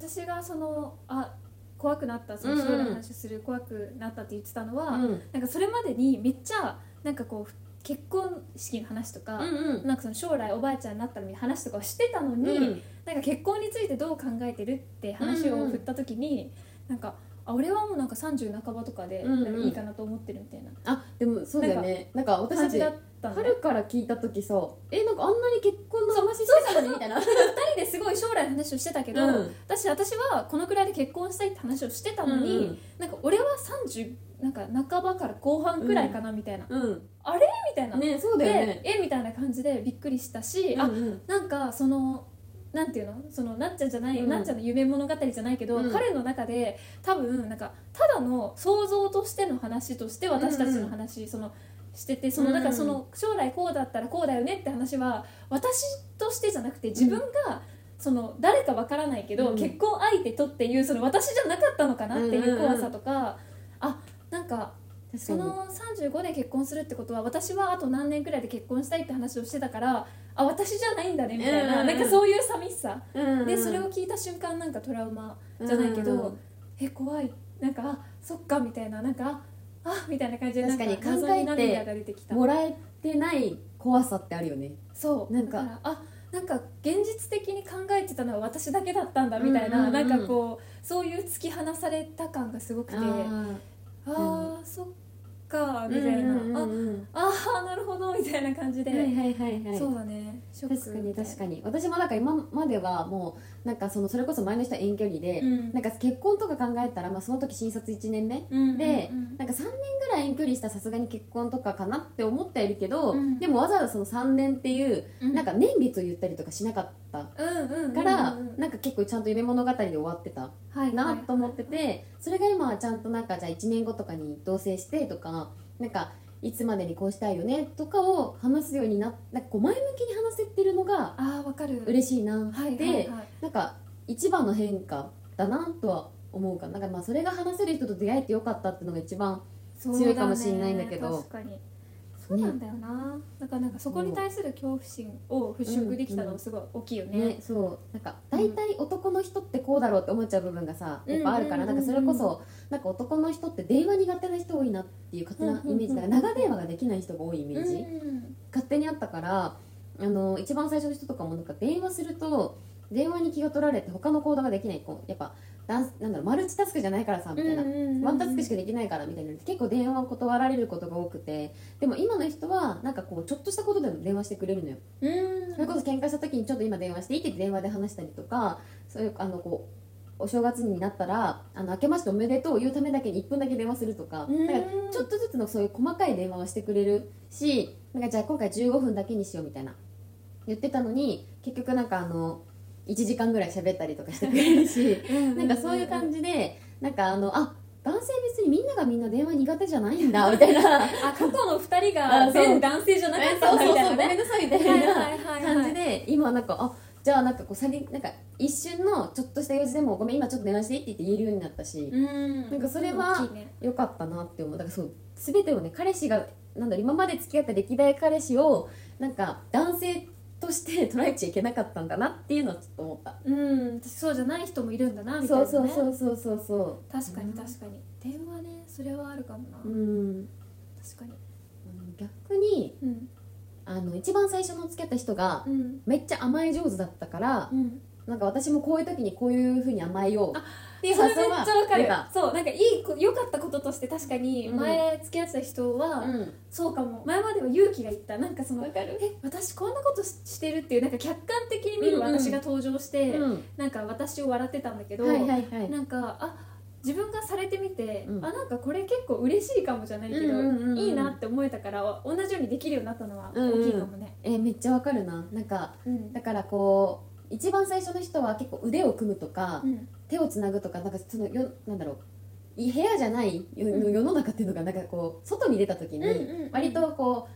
[SPEAKER 2] 私がそのあ怖くなったその将来の話をする、怖くなったって言ってたのは、
[SPEAKER 1] うん
[SPEAKER 2] なんかそれまでにめっちゃなんかこう結婚式の話とか、
[SPEAKER 1] うん
[SPEAKER 2] なんかその将来おばあちゃんになったみたいな話とかをしてたの
[SPEAKER 1] うん
[SPEAKER 2] に、
[SPEAKER 1] うん
[SPEAKER 2] なんか結婚についてどう考えてるって話を振った時に、なんかあ俺はもうなんか30半ばとかで、
[SPEAKER 1] うんうん
[SPEAKER 2] なんかいいかなと思ってるみたいな
[SPEAKER 1] あでもそうだよねなんか私
[SPEAKER 2] 感
[SPEAKER 1] た
[SPEAKER 2] じ
[SPEAKER 1] ち
[SPEAKER 2] だったんで
[SPEAKER 1] 春から聞いた時さえなんかあんなに結婚の話してたのにみたいな
[SPEAKER 2] 2人ですごい将来の話をしてたけど、
[SPEAKER 1] うん
[SPEAKER 2] 私私はこのくらいで結婚したいって話をしてたのに、
[SPEAKER 1] うん
[SPEAKER 2] なんか俺は30なんか半ばから後半くらいかなみたいな、
[SPEAKER 1] うん
[SPEAKER 2] あれみたいな、
[SPEAKER 1] ねそうだよ
[SPEAKER 2] で
[SPEAKER 1] ね
[SPEAKER 2] えみたいな感じでびっくりしたし、
[SPEAKER 1] うん
[SPEAKER 2] あ
[SPEAKER 1] うん
[SPEAKER 2] なんかそのなんていうのそのなっちゃんじゃない、
[SPEAKER 1] うん
[SPEAKER 2] なっちゃんの夢物語じゃないけど、
[SPEAKER 1] うん
[SPEAKER 2] 彼の中で多分なんかただの想像としての話として私たちの話、そのしててその
[SPEAKER 1] うん
[SPEAKER 2] なんかその将来こうだったらこうだよねって話は私としてじゃなくて自分が、その誰かわからないけど、
[SPEAKER 1] うん
[SPEAKER 2] 結婚相手とっていうその私じゃなかったのかなっていう怖さとか、あなんか
[SPEAKER 1] 確
[SPEAKER 2] その35で結婚するってことは私はあと何年くらいで結婚したいって話をしてたからあ私じゃないんだねみたいな、
[SPEAKER 1] うんうん
[SPEAKER 2] なんかそういう寂しさ、
[SPEAKER 1] に
[SPEAKER 2] でそれを聞いた瞬間なんかトラウマじゃないけど、
[SPEAKER 1] うん
[SPEAKER 2] え怖いなんかあそっかみたいななんかああみたいな感じでなん
[SPEAKER 1] 確かに
[SPEAKER 2] 謎
[SPEAKER 1] 考えて
[SPEAKER 2] に涙が出てきた
[SPEAKER 1] もらえてない怖さってあるよね
[SPEAKER 2] そう
[SPEAKER 1] なんか
[SPEAKER 2] だらあなんか現実的に考えてたのは私だけだったんだみたいな、
[SPEAKER 1] うんうんうん
[SPEAKER 2] なんかこうそういう突き放された感がすごくてあ
[SPEAKER 1] あ
[SPEAKER 2] あー、そっか
[SPEAKER 1] ー
[SPEAKER 2] みたいな、
[SPEAKER 1] うんうん
[SPEAKER 2] あ
[SPEAKER 1] うん
[SPEAKER 2] ああなるほどみたいな感じで、
[SPEAKER 1] うんはいはいはいはい
[SPEAKER 2] そうだねショック
[SPEAKER 1] 確かに確かに私もなんか今まではもうなんかそのそれこそ前の人は遠距離で、
[SPEAKER 2] うん
[SPEAKER 1] なんか結婚とか考えたら、まあ、その時新卒1年目
[SPEAKER 2] に
[SPEAKER 1] で、
[SPEAKER 2] うん
[SPEAKER 1] なんか3年ぐらい遠距離したらさすがに結婚とかかなって思ってはいるけど、
[SPEAKER 2] うん
[SPEAKER 1] でもわざわざその3年っていう、
[SPEAKER 2] うん
[SPEAKER 1] なんか年月を言ったりとかしなかった
[SPEAKER 2] うんうんうんうん
[SPEAKER 1] から、
[SPEAKER 2] うん
[SPEAKER 1] なんか結構ちゃんと夢物語で終わってた
[SPEAKER 2] はい
[SPEAKER 1] なと思ってて、それが今はちゃんとなんかじゃあ1年後とかに同棲してとかなんかいつまでにこうしたいよねとかを話すようになっなんかこう前向きに話せてるのが
[SPEAKER 2] ああわかる
[SPEAKER 1] 嬉しいなって、
[SPEAKER 2] はいはいはい
[SPEAKER 1] なんか一番の変化だなとは思うかななんかまあそれが話せる人と出会えてよかったっていうのが一番
[SPEAKER 2] そうだね
[SPEAKER 1] 強いかもしれないんだけど
[SPEAKER 2] 確かにそうなんだよなだからなんかそこに対する恐怖心を払拭できたのはすごい大きいよね、
[SPEAKER 1] ね、そうなんか大体男の人ってこうだろうって思っちゃう部分がさやっぱあるから、
[SPEAKER 2] うんうんうんうん
[SPEAKER 1] なんかそれこそなんか男の人って電話苦手な人多いなっていう勝手なイメージだから、
[SPEAKER 2] うんうんうん
[SPEAKER 1] 長電話ができない人が多いイメージ、
[SPEAKER 2] うん
[SPEAKER 1] 勝手にあったからあの一番最初の人とかもなんか電話すると電話に気が取られて他の行動ができないこうやっぱダンスなんだろうマルチタスクじゃないからさみたいな、
[SPEAKER 2] うんうんうん
[SPEAKER 1] ワンタスクしかできないからみたいな結構電話を断られることが多くてでも今の人はなんかこうちょっとしたことでも電話してくれるのよ
[SPEAKER 2] うん
[SPEAKER 1] それこそ喧嘩した時にちょっと今電話していいって電話で話したりとかそういうあのこうお正月になったらあの明けましておめでとう言うためだけに1分だけ電話するとか
[SPEAKER 2] うん
[SPEAKER 1] だからちょっとずつのそういう細かい電話はしてくれるしなんかじゃあ今回15分だけにしようみたいな言ってたのに結局なんかあの1時間ぐらい喋ったりとかしてくれるしなんか そういう感じでなんかあのあ男性別にみんながみんな電話苦手じゃないんだみたいな
[SPEAKER 2] あ過去の二人
[SPEAKER 1] あそ
[SPEAKER 2] が
[SPEAKER 1] う
[SPEAKER 2] 全男性じゃなかったん
[SPEAKER 1] そう
[SPEAKER 2] だみ
[SPEAKER 1] そう
[SPEAKER 2] たい
[SPEAKER 1] そ
[SPEAKER 2] な
[SPEAKER 1] うごめ
[SPEAKER 2] ね
[SPEAKER 1] んなさいみたいな。
[SPEAKER 2] いは
[SPEAKER 1] 感じで今なんかあじゃあなんかこうさりなんか一瞬のちょっとした用事でもごめん今ちょっと電話していいって言って言えるようになったし、
[SPEAKER 2] うん
[SPEAKER 1] なんかそれは
[SPEAKER 2] 大きいね
[SPEAKER 1] よかったなって思うだからそう全てをね彼氏がなんだろう今まで付き合った歴代彼氏をなんか男性として捉えちゃいけなかったんだなっていうのをちょっと思った、
[SPEAKER 2] うんそうじゃない人もいるんだなみたい
[SPEAKER 1] そ
[SPEAKER 2] な
[SPEAKER 1] う
[SPEAKER 2] ね
[SPEAKER 1] そうそうそうそうそ
[SPEAKER 2] 確か
[SPEAKER 1] う
[SPEAKER 2] に
[SPEAKER 1] ん
[SPEAKER 2] 確かに電話ねそれはあるかもな、
[SPEAKER 1] ううん
[SPEAKER 2] 確かに
[SPEAKER 1] 逆に
[SPEAKER 2] うん
[SPEAKER 1] あの一番最初の付き合った人が
[SPEAKER 2] うん
[SPEAKER 1] めっちゃ甘え上手だったから
[SPEAKER 2] うん
[SPEAKER 1] なんか私もこういう時にこういうふうに甘えようって いう
[SPEAKER 2] それめ
[SPEAKER 1] 発
[SPEAKER 2] っちゃ
[SPEAKER 1] 想は
[SPEAKER 2] わか
[SPEAKER 1] 出
[SPEAKER 2] る
[SPEAKER 1] た
[SPEAKER 2] そうなんかいいこ良かったこととして確かに
[SPEAKER 1] うん
[SPEAKER 2] 前付き合ってた人は、
[SPEAKER 1] うん
[SPEAKER 2] そうかも前までは勇気がいったなんかその
[SPEAKER 1] かる
[SPEAKER 2] え私こんなことししてるっていうなんか客観的に見る私が登場して、
[SPEAKER 1] うん
[SPEAKER 2] なんか私を笑ってたんだけど、
[SPEAKER 1] はいはいはい
[SPEAKER 2] なんかあ自分がされてみて、
[SPEAKER 1] うん
[SPEAKER 2] あなんかこれ結構嬉しいかもじゃないけど、
[SPEAKER 1] うんうんうんうん
[SPEAKER 2] いいなって思えたから同じようにできるようになったのは大きいかもね、
[SPEAKER 1] えーめっちゃわかるななんか
[SPEAKER 2] うん
[SPEAKER 1] だからこう一番最初の人は結構腕を組むとか、
[SPEAKER 2] うん
[SPEAKER 1] 手をつなぐとかなんかそのよなんだろうい部屋じゃないよ
[SPEAKER 2] うん
[SPEAKER 1] 世の中っていうのがなんかこう外に出た時
[SPEAKER 2] うん
[SPEAKER 1] に
[SPEAKER 2] うんうん
[SPEAKER 1] 割とこ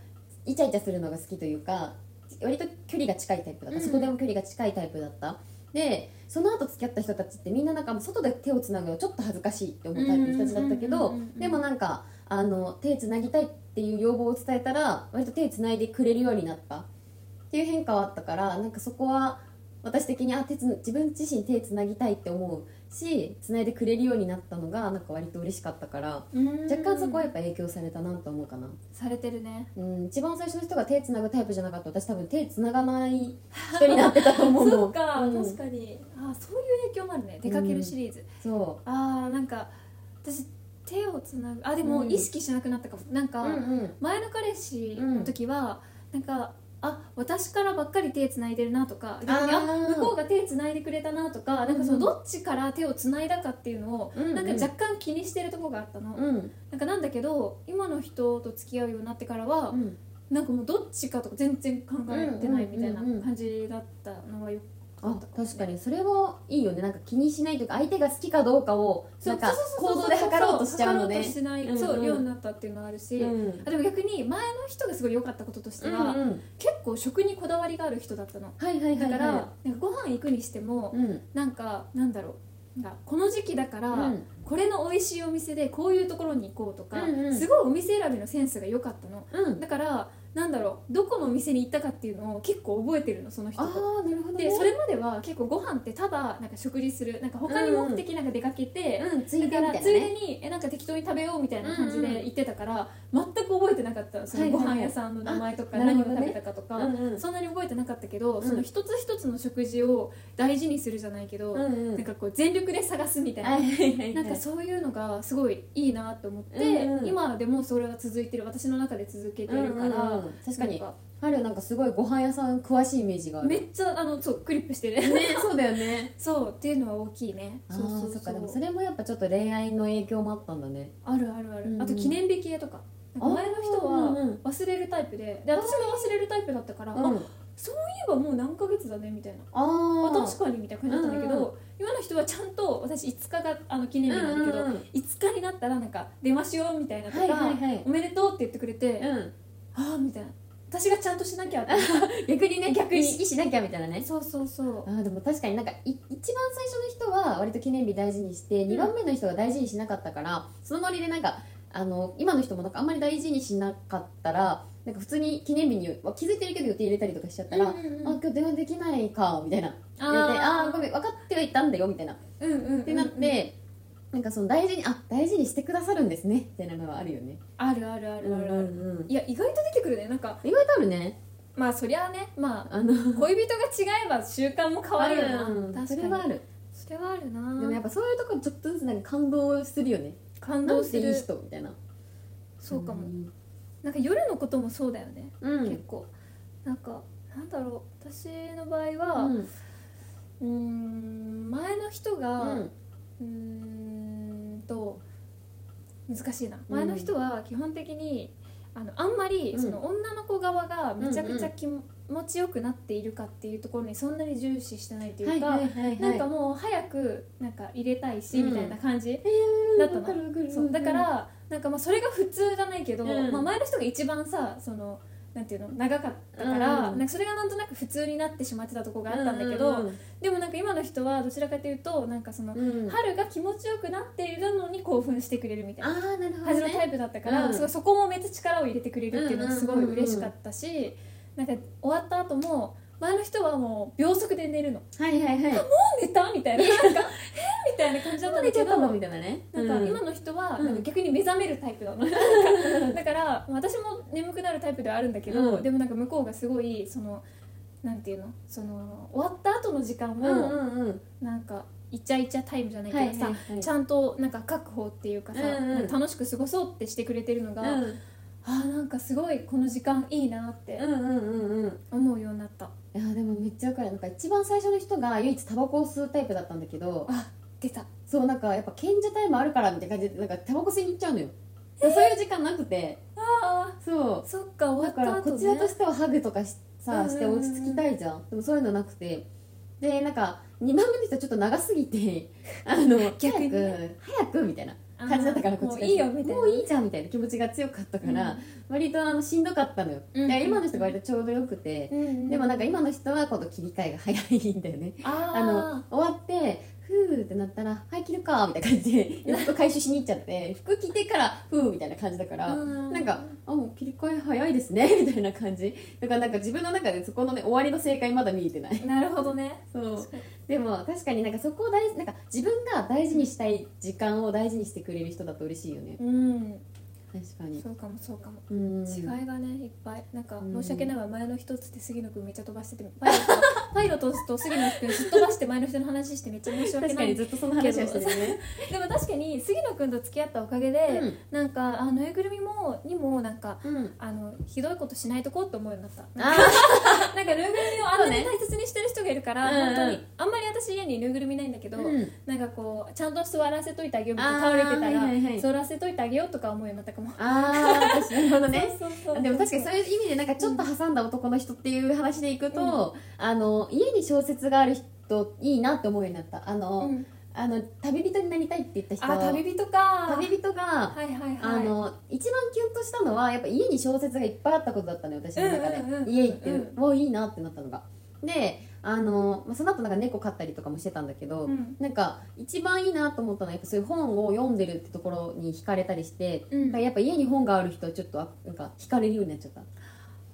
[SPEAKER 1] うイチャイチャするのが好きというか割と距離が近いタイプだった
[SPEAKER 2] うん
[SPEAKER 1] 外でも距離が近いタイプだったでその後付き合った人たちってみんななんかもう外で手をつなぐのちょっと恥ずかしいって思うタイプの人たちだったけ
[SPEAKER 2] う
[SPEAKER 1] ど
[SPEAKER 2] んうんうんうんうん
[SPEAKER 1] でもなんかあの手つなぎたいっていう要望を伝えたら割と手つないでくれるようになったっていう変化はあったからなんかそこは私的にあ手つ自分自身手つなぎたいって思うしつないでくれるようになったのがなんか割と嬉しかったから
[SPEAKER 2] うん
[SPEAKER 1] 若干そこはやっぱ影響されたなと思うかな、
[SPEAKER 2] されてるね
[SPEAKER 1] うん、一番最初の人が手つなぐタイプじゃなかったら私多分手つながない人になってたと思う の
[SPEAKER 2] そっか、
[SPEAKER 1] うん
[SPEAKER 2] 確かにあそういう影響もあるね出かけるシリーズ、
[SPEAKER 1] そ
[SPEAKER 2] あーなんか私手をつなぐあでも
[SPEAKER 1] うん
[SPEAKER 2] 意識しなくなったかも、なん
[SPEAKER 1] う
[SPEAKER 2] か、
[SPEAKER 1] うんうん
[SPEAKER 2] 前の彼氏の時は、なんかあ私からばっかり手つないでるなとか逆に
[SPEAKER 1] あ
[SPEAKER 2] あ
[SPEAKER 1] ー
[SPEAKER 2] 向こうが手つないでくれたなとかなんかそのどっちから手をつないだかっていうのを、
[SPEAKER 1] うんうん
[SPEAKER 2] なんか若干気にしてるとこがあったの、
[SPEAKER 1] うん
[SPEAKER 2] なんかなんだけど今の人と付き合うようになってからは、
[SPEAKER 1] うん
[SPEAKER 2] なんかもうどっちかとか全然考えてないみたいな
[SPEAKER 1] うんうんうんうん
[SPEAKER 2] 感じだったのはよく
[SPEAKER 1] あ確かにそれはいいよねなんか気にしないというか相手が好きかどうかを
[SPEAKER 2] そ
[SPEAKER 1] な
[SPEAKER 2] うん
[SPEAKER 1] か
[SPEAKER 2] そう
[SPEAKER 1] 行
[SPEAKER 2] そうそう
[SPEAKER 1] 動で測ろうとしちゃうの
[SPEAKER 2] 測ろ
[SPEAKER 1] ね
[SPEAKER 2] うとしない、
[SPEAKER 1] うんうん
[SPEAKER 2] そうようになったっていうのはあるし、
[SPEAKER 1] うん
[SPEAKER 2] あでも逆に前の人がすごい良かったこととして
[SPEAKER 1] うん
[SPEAKER 2] は、
[SPEAKER 1] うん
[SPEAKER 2] 結構食にこだわりがある人だったの
[SPEAKER 1] はいはい
[SPEAKER 2] だ
[SPEAKER 1] はい
[SPEAKER 2] から、
[SPEAKER 1] は
[SPEAKER 2] なんかご飯行くにしても、
[SPEAKER 1] いうん
[SPEAKER 2] なんかなんだろうなんかこの時期だから、
[SPEAKER 1] うん
[SPEAKER 2] これの美味しいお店でこういうところに行こうとか、
[SPEAKER 1] うんうん
[SPEAKER 2] すごいお店選びのセンスが良かったの
[SPEAKER 1] うん
[SPEAKER 2] だからなんだろうどこのお店に行ったかっていうのを結構覚えてるのその人
[SPEAKER 1] あ
[SPEAKER 2] と
[SPEAKER 1] あなるほどね
[SPEAKER 2] でそれまでは結構ご飯ってただなんか食事するなんか他に目的なんか出かけて、
[SPEAKER 1] うんついでみ
[SPEAKER 2] だ
[SPEAKER 1] た
[SPEAKER 2] か
[SPEAKER 1] い
[SPEAKER 2] ら
[SPEAKER 1] な
[SPEAKER 2] つい
[SPEAKER 1] ね
[SPEAKER 2] でにえなんか適当に食べようみたいな感じ
[SPEAKER 1] うんうん
[SPEAKER 2] で行ってたから、全く覚えてなかったのその
[SPEAKER 1] はいは
[SPEAKER 2] ご
[SPEAKER 1] いはい
[SPEAKER 2] 飯屋さんの名前とか
[SPEAKER 1] あなる
[SPEAKER 2] 何を
[SPEAKER 1] ほどね
[SPEAKER 2] 食べたかとか、
[SPEAKER 1] うんうん
[SPEAKER 2] そんなに覚えてなかったけど、
[SPEAKER 1] ん
[SPEAKER 2] その一つ一つの食事を大事にするじゃないけど、
[SPEAKER 1] うんうん
[SPEAKER 2] なんかこう全力で探すみたいな、
[SPEAKER 1] はいはいはい
[SPEAKER 2] なんかそういうのがすごいいいなと思って、
[SPEAKER 1] うんうん
[SPEAKER 2] 今でもそれは続いてる私の中で続けてるから、
[SPEAKER 1] うんうんうん確かに
[SPEAKER 2] なん
[SPEAKER 1] 春なんかすごいご飯屋さん詳しいイメージがある
[SPEAKER 2] めっちゃあのそうクリップしてる
[SPEAKER 1] ね そうだよ ね
[SPEAKER 2] そうっていうのは大きいね
[SPEAKER 1] あ
[SPEAKER 2] そうそう
[SPEAKER 1] ー
[SPEAKER 2] そ
[SPEAKER 1] そうっかでもそれもやっぱちょっと恋愛の影響もあったんだね
[SPEAKER 2] あるあるある、
[SPEAKER 1] うんうん
[SPEAKER 2] あと記念日系とかなんか前の人
[SPEAKER 1] あーうんうん
[SPEAKER 2] は忘れるタイプでで私も忘れるタイプだったから、あ
[SPEAKER 1] う
[SPEAKER 2] そうんいえばもう何ヶ月だねみたいな
[SPEAKER 1] あ
[SPEAKER 2] あ
[SPEAKER 1] ー
[SPEAKER 2] 確かにみたいな感じだったんだけど、
[SPEAKER 1] うんう
[SPEAKER 2] 今の人はちゃんと私5日があの記念日なんだけど、
[SPEAKER 1] うんうんうん
[SPEAKER 2] 5日になったらなんか出ましようみたいなとか、
[SPEAKER 1] はいはいはい
[SPEAKER 2] おめでとうって言ってくれて、あ
[SPEAKER 1] うん
[SPEAKER 2] あみたいな私がちゃんとしなきゃって逆にね
[SPEAKER 1] 逆
[SPEAKER 2] 逆
[SPEAKER 1] に意
[SPEAKER 2] に
[SPEAKER 1] 識しなきゃみたいなね
[SPEAKER 2] そうそうそう
[SPEAKER 1] あーでも確かになんかい一番最初の人は割と記念日大事にして、二2番目の人が大事にしなかったからそのノリでなんかあの今の人もなんかあんまり大事にしなかったらなんか普通に記念日に気づいてるけど予定入れたりとかしちゃったら、
[SPEAKER 2] うんうんうん
[SPEAKER 1] あ今日電話できないかみたいな
[SPEAKER 2] あ
[SPEAKER 1] 言われてあーごめん分かってはいたんだよみたいなっ
[SPEAKER 2] うんうんうんうん
[SPEAKER 1] てなって、なんかその大事にあ大事にしてくださるんですねみたいなのはあるよね
[SPEAKER 2] あるあるあるあるある、
[SPEAKER 1] うんうんうん
[SPEAKER 2] いや意外と出てくるねなんか
[SPEAKER 1] 意外とあるね
[SPEAKER 2] まあそりゃあねまあ
[SPEAKER 1] あの
[SPEAKER 2] 恋人が違えば習慣も変わるよな、
[SPEAKER 1] うん
[SPEAKER 2] 確か
[SPEAKER 1] そ
[SPEAKER 2] に
[SPEAKER 1] れはある
[SPEAKER 2] それはあるな
[SPEAKER 1] でもやっぱそういうところちょっとずつなんか感動するよね
[SPEAKER 2] 感
[SPEAKER 1] な
[SPEAKER 2] 動
[SPEAKER 1] ん
[SPEAKER 2] す
[SPEAKER 1] てい
[SPEAKER 2] る
[SPEAKER 1] い人みたいな
[SPEAKER 2] そうかも、なんか夜のこともそうだよね、
[SPEAKER 1] うん
[SPEAKER 2] 結構なんかなんだろう私の場合
[SPEAKER 1] う
[SPEAKER 2] は
[SPEAKER 1] ん
[SPEAKER 2] うーん前の人
[SPEAKER 1] う
[SPEAKER 2] が
[SPEAKER 1] ん
[SPEAKER 2] うーんと難しいな前の人は基本的にあのあんまり
[SPEAKER 1] うん
[SPEAKER 2] その女の子側がめちゃくちゃ気持ちよくなっているかっていうところにそんなに重視してないというか、
[SPEAKER 1] はいはいはいはい、
[SPEAKER 2] なんかもう早くなんか入れたいし、
[SPEAKER 1] うん
[SPEAKER 2] みたいな感じ
[SPEAKER 1] えー
[SPEAKER 2] だったの
[SPEAKER 1] わかるわかる
[SPEAKER 2] そうだからなんかまあそれが普通じゃないけど、
[SPEAKER 1] うん
[SPEAKER 2] まあ、前の人が一番さそのなんていうの長かったから、
[SPEAKER 1] うん
[SPEAKER 2] なんかそれがなんとなく普通になってしまってたとこがあったんだけど、
[SPEAKER 1] うん
[SPEAKER 2] でもなんか今の人はどちらかというとなんかその、
[SPEAKER 1] うんうん、
[SPEAKER 2] 春が気持ちよくなっているのに興奮してくれるみたい
[SPEAKER 1] あ
[SPEAKER 2] な
[SPEAKER 1] ーなるほど
[SPEAKER 2] 感じのタ
[SPEAKER 1] ね
[SPEAKER 2] イプだったから、
[SPEAKER 1] うん
[SPEAKER 2] すごいそこもめっちゃ力を入れてくれるっていうのがすご
[SPEAKER 1] うん
[SPEAKER 2] い
[SPEAKER 1] うんうんうん
[SPEAKER 2] 嬉しかったし、なんか終わった後も前の人はもう秒速で寝るの。
[SPEAKER 1] はいはいはい
[SPEAKER 2] 寝たみたい ななんかえみたいな感じだったんだけどな
[SPEAKER 1] み
[SPEAKER 2] ん
[SPEAKER 1] たいなね
[SPEAKER 2] か今の人は
[SPEAKER 1] うん
[SPEAKER 2] なんか逆に目覚めるタイプ なのだから私も眠くなるタイプではあるんだけど、
[SPEAKER 1] うん
[SPEAKER 2] でもなんか向こうがすごいそのなんていうのその終わった後の時間
[SPEAKER 1] うんうん
[SPEAKER 2] も
[SPEAKER 1] うんうん
[SPEAKER 2] なんかイチャイチャタイムじゃないけどさ、
[SPEAKER 1] はいはいはい
[SPEAKER 2] ちゃんとなんか確保っていうかさ、
[SPEAKER 1] うんうん
[SPEAKER 2] なんか楽しく過ごそうってしてくれてるのが、ああーなんかすごいこの時間いいなって
[SPEAKER 1] うんうんうんうんうん
[SPEAKER 2] 思うようになった
[SPEAKER 1] いやでもめっちゃわかるなんか一番最初の人が唯一タバコを吸うタイプだったんだけど
[SPEAKER 2] あ出た
[SPEAKER 1] そうなんかやっぱ賢者タイムあるからみたいな感じでなんかタバコ吸いに行っちゃうのよ、そういう時間なくて
[SPEAKER 2] あ
[SPEAKER 1] そう
[SPEAKER 2] ーそっか終わっ
[SPEAKER 1] だか
[SPEAKER 2] た
[SPEAKER 1] ら
[SPEAKER 2] 後、ね、
[SPEAKER 1] こちらとしてはハグとかし
[SPEAKER 2] うんうんう
[SPEAKER 1] さ
[SPEAKER 2] ん
[SPEAKER 1] して落ち着きたいじゃんでもそういうのなくてでなんか2番目の人はちょっと長すぎて あの
[SPEAKER 2] 逆に
[SPEAKER 1] 早く早くみたいな感じだったからこっち
[SPEAKER 2] も
[SPEAKER 1] が
[SPEAKER 2] ういいよみたいな
[SPEAKER 1] もういいじゃんみたいな気持ちが強かったから、割とあのしんどかったのよ、
[SPEAKER 2] うん
[SPEAKER 1] いや今の人が割とちょうどよくて、でもなんか今の人はこの切り替えが早いんだよ ね
[SPEAKER 2] あ
[SPEAKER 1] あの終わってふーってなったら「はい着るか」みたいな感じでやっと回収しに行っちゃって服着てから「ふー」みたいな感じだから、
[SPEAKER 2] の
[SPEAKER 1] なんかあもう切り替え早いですねみたいな感じだからなんか自分の中でそこのね終わりの正解まだ見え てない
[SPEAKER 2] なるほどね
[SPEAKER 1] そうでも確かになんかそこを大事なんか自分が大事にしたい時間を大事にしてくれる人だと嬉しいよね
[SPEAKER 2] うん
[SPEAKER 1] 確かに
[SPEAKER 2] そうかもそうかも
[SPEAKER 1] うん
[SPEAKER 2] 違いがねいっぱいなんか
[SPEAKER 1] うん
[SPEAKER 2] 申し訳ないが前の人っつって杉野くんめっちゃ飛ばしててパイロッ トパイロットと杉野くんずっと飛ばして前の人の話してめっちゃ申し訳
[SPEAKER 1] 確
[SPEAKER 2] な
[SPEAKER 1] かに
[SPEAKER 2] い
[SPEAKER 1] ずっとその話をしてるよ ね
[SPEAKER 2] でも確かに杉野くんと付き合ったおかげで、なんかあぬいぐるみもにもなんか
[SPEAKER 1] うん、うん、
[SPEAKER 2] あのひどいことしないとこうと思うようになった
[SPEAKER 1] あ
[SPEAKER 2] なんかぬいぐるみをあんなに大切にしてる人がいるから、
[SPEAKER 1] そうね
[SPEAKER 2] 本当に、
[SPEAKER 1] うんうん
[SPEAKER 2] あんまり私家にぬいぐるみないんだけ
[SPEAKER 1] ー
[SPEAKER 2] ど、
[SPEAKER 1] うん
[SPEAKER 2] なんかこうちゃんと座らせといてあげようみたいな
[SPEAKER 1] あー
[SPEAKER 2] 倒れてたら、
[SPEAKER 1] はいはいはい
[SPEAKER 2] 座らせといてあげようとか思うようになったかも
[SPEAKER 1] あー確かになるほどね
[SPEAKER 2] そうそうそう
[SPEAKER 1] でも確かにそういう意味でなんかちょっと挟んだ男の人っていう話でいくと、あの家に小説がある人いいなって思うようになったあの、
[SPEAKER 2] うん
[SPEAKER 1] あの旅人になりたいって言った人
[SPEAKER 2] あ旅人か
[SPEAKER 1] 旅人が、
[SPEAKER 2] はいはいはい
[SPEAKER 1] あの一番キュンとしたのはやっぱ家に小説がいっぱいあったことだったのよ私の中で、
[SPEAKER 2] うんうんうん
[SPEAKER 1] 家行って
[SPEAKER 2] うん
[SPEAKER 1] もういいなってなったのがであのまあその後なんか猫飼ったりとかもしてたんだけど、
[SPEAKER 2] うん
[SPEAKER 1] なんか一番いいなと思ったのはやっぱそういう本を読んでるってところに惹かれたりして、
[SPEAKER 2] うん
[SPEAKER 1] だからやっぱ家に本がある人はちょっとあなんか惹かれるようになっちゃった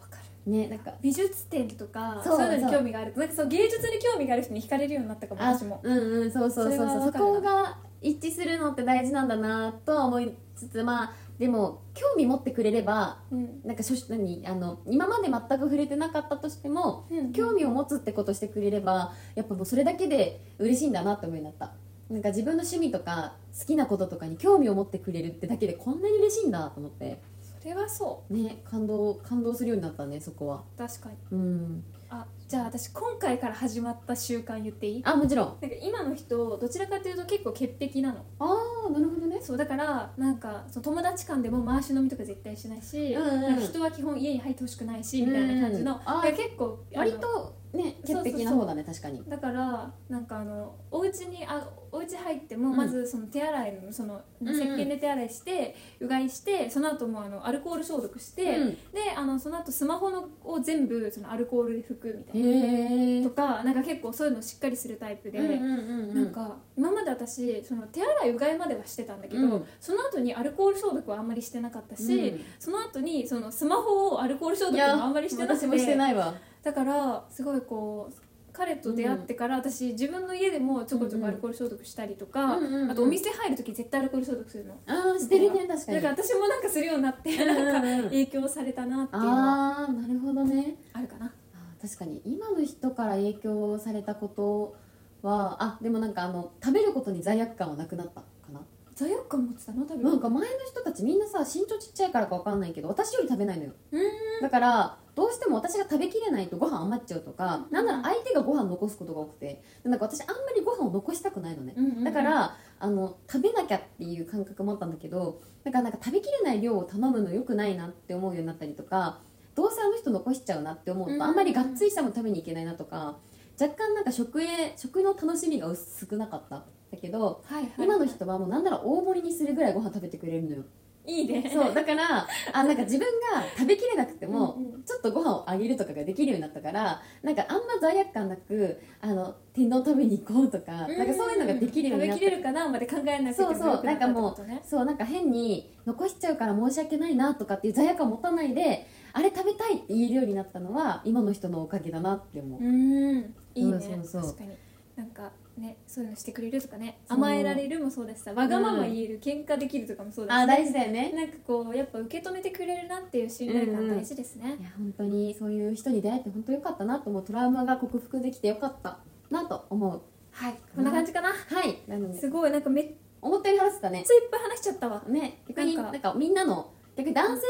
[SPEAKER 2] わかる
[SPEAKER 1] ねなんか
[SPEAKER 2] 美術展とか
[SPEAKER 1] そ
[SPEAKER 2] そうういうのに興味があるなんかそう芸術に興味がある人に惹かれるようになったかも
[SPEAKER 1] あ
[SPEAKER 2] 私も
[SPEAKER 1] うんうんそうそうそ
[SPEAKER 2] そ
[SPEAKER 1] う
[SPEAKER 2] れは
[SPEAKER 1] そうそ
[SPEAKER 2] わかるな
[SPEAKER 1] こが一致するのって大事なんだなとは思いつつまあでも興味持ってくれれば
[SPEAKER 2] うん
[SPEAKER 1] なんか初心何あの今まで全く触れてなかったとしても興味を持つってことしてくれればやっぱもうそれだけで嬉しいんだなって思いになったなんか自分の趣味とか好きなこととかに興味を持ってくれるってだけでこんなに嬉しいんだと思って
[SPEAKER 2] それはそ
[SPEAKER 1] ね感動感動するようになったねそこは
[SPEAKER 2] う確かに
[SPEAKER 1] うん
[SPEAKER 2] あじゃあ私今回から始まった習慣言っていい
[SPEAKER 1] あもちろん
[SPEAKER 2] なんか今の人どちらかというと結構潔癖なの
[SPEAKER 1] ああなるほどね
[SPEAKER 2] そうだからなんかその友達間でも回し飲みとか絶対しないし、
[SPEAKER 1] うんうん
[SPEAKER 2] なんか人は基本家に入ってほしくないしみたいな感じの、
[SPEAKER 1] うんあ
[SPEAKER 2] だから結構あの
[SPEAKER 1] 割とね
[SPEAKER 2] そうそうそ
[SPEAKER 1] 潔
[SPEAKER 2] う
[SPEAKER 1] 癖な方だね確かに
[SPEAKER 2] だからなんかあのお家にあお家入っても
[SPEAKER 1] うん
[SPEAKER 2] まずその手洗いのその
[SPEAKER 1] ん
[SPEAKER 2] 石鹸で手洗いして、うがいしてその後もあのアルコール消毒して、
[SPEAKER 1] うん
[SPEAKER 2] であのその後スマホのを全部そのアルコールで拭くみたいな
[SPEAKER 1] へえ
[SPEAKER 2] とかなんか結構そういうのしっかりするタイプで、なんか今まで私その手洗いうがいまではしてたんだけど、
[SPEAKER 1] うん
[SPEAKER 2] その後にアルコール消毒はあんまりしてなかったし、
[SPEAKER 1] うん
[SPEAKER 2] その後にそのスマホをアルコール消毒もあんまりしてなく
[SPEAKER 1] 私もして
[SPEAKER 2] て
[SPEAKER 1] ないわ
[SPEAKER 2] だからすごいこう彼と出会ってから私自分の家でもちょこちょこアルコール消毒したりとか、
[SPEAKER 1] うんうん
[SPEAKER 2] あとお店入る時絶対アルコール消毒するの、
[SPEAKER 1] ああしてるね確かに
[SPEAKER 2] だから私もなんかするようになって
[SPEAKER 1] んうんうん
[SPEAKER 2] なんか影響されたなっていうのは
[SPEAKER 1] ああなるほどね
[SPEAKER 2] あるかな
[SPEAKER 1] あー確かに今の人から影響されたことはあでもなんかあの食べることに罪悪感はなくなったかな
[SPEAKER 2] 罪悪感持ってたの多分
[SPEAKER 1] なんか前の人たちみんなさ身長ちっちゃいからかわかんないけど私より食べないのよ
[SPEAKER 2] うー
[SPEAKER 1] だからどうしても私が食べきれないとご飯余っちゃうとかなんなら相手がご飯残すことが多くてでなんか私あんまりご飯を残したくないのね
[SPEAKER 2] うんうんうん
[SPEAKER 1] だからあの食べなきゃっていう感覚もあったんだけどだからなんか食べきれない量を頼むのよくないなって思うようになったりとかどうせあの人残しちゃうなって思う
[SPEAKER 2] うん
[SPEAKER 1] とあんまりがっつりしたもの食べに行けないなとか若干なんか食へ食の楽しみが薄少なかったんだけど
[SPEAKER 2] はいはい、
[SPEAKER 1] 今の人はもうなんなら大盛りにするぐらいご飯食べてくれるのよ
[SPEAKER 2] いいね
[SPEAKER 1] そうだからあなんか自分が食べきれなくても
[SPEAKER 2] うんうん
[SPEAKER 1] ちょっとご飯をあげるとかができるようになったからなんかあんま罪悪感なくあの天丼食べに行こうとかなんかそういうのができるようになっ
[SPEAKER 2] 食べき
[SPEAKER 1] た
[SPEAKER 2] れるかなまで考えなくても
[SPEAKER 1] そうそうなんかも
[SPEAKER 2] よくなったっ
[SPEAKER 1] う、
[SPEAKER 2] てことね
[SPEAKER 1] そうなんか変に残しちゃうから申し訳ないなとかっていう罪悪感を持たないであれ食べたいって言えるようになったのは今の人のおかげだなって思う、
[SPEAKER 2] うんいいね
[SPEAKER 1] そうそうそう
[SPEAKER 2] 確かになんかねそういうのしてくれるとかね
[SPEAKER 1] そう
[SPEAKER 2] 甘えられるもそうだしさわがまま言える、喧嘩できるとかもそうだ
[SPEAKER 1] あ
[SPEAKER 2] し、ね、
[SPEAKER 1] 大事だよね
[SPEAKER 2] なんかこうやっぱ受け止めてくれるなっていう信頼
[SPEAKER 1] うん
[SPEAKER 2] 感
[SPEAKER 1] うん
[SPEAKER 2] 大事ですね、
[SPEAKER 1] いや本当にそういう人に出会えて本当良かったなと思うトラウマが克服できて良かったなと思う
[SPEAKER 2] はいこんな感じかな、
[SPEAKER 1] はいなのです
[SPEAKER 2] ごいなんかめっ
[SPEAKER 1] 思ったより話せたね
[SPEAKER 2] ちゃいっぱい話しちゃったわ
[SPEAKER 1] ね逆に
[SPEAKER 2] なん
[SPEAKER 1] な
[SPEAKER 2] か
[SPEAKER 1] んかみんなの逆に男性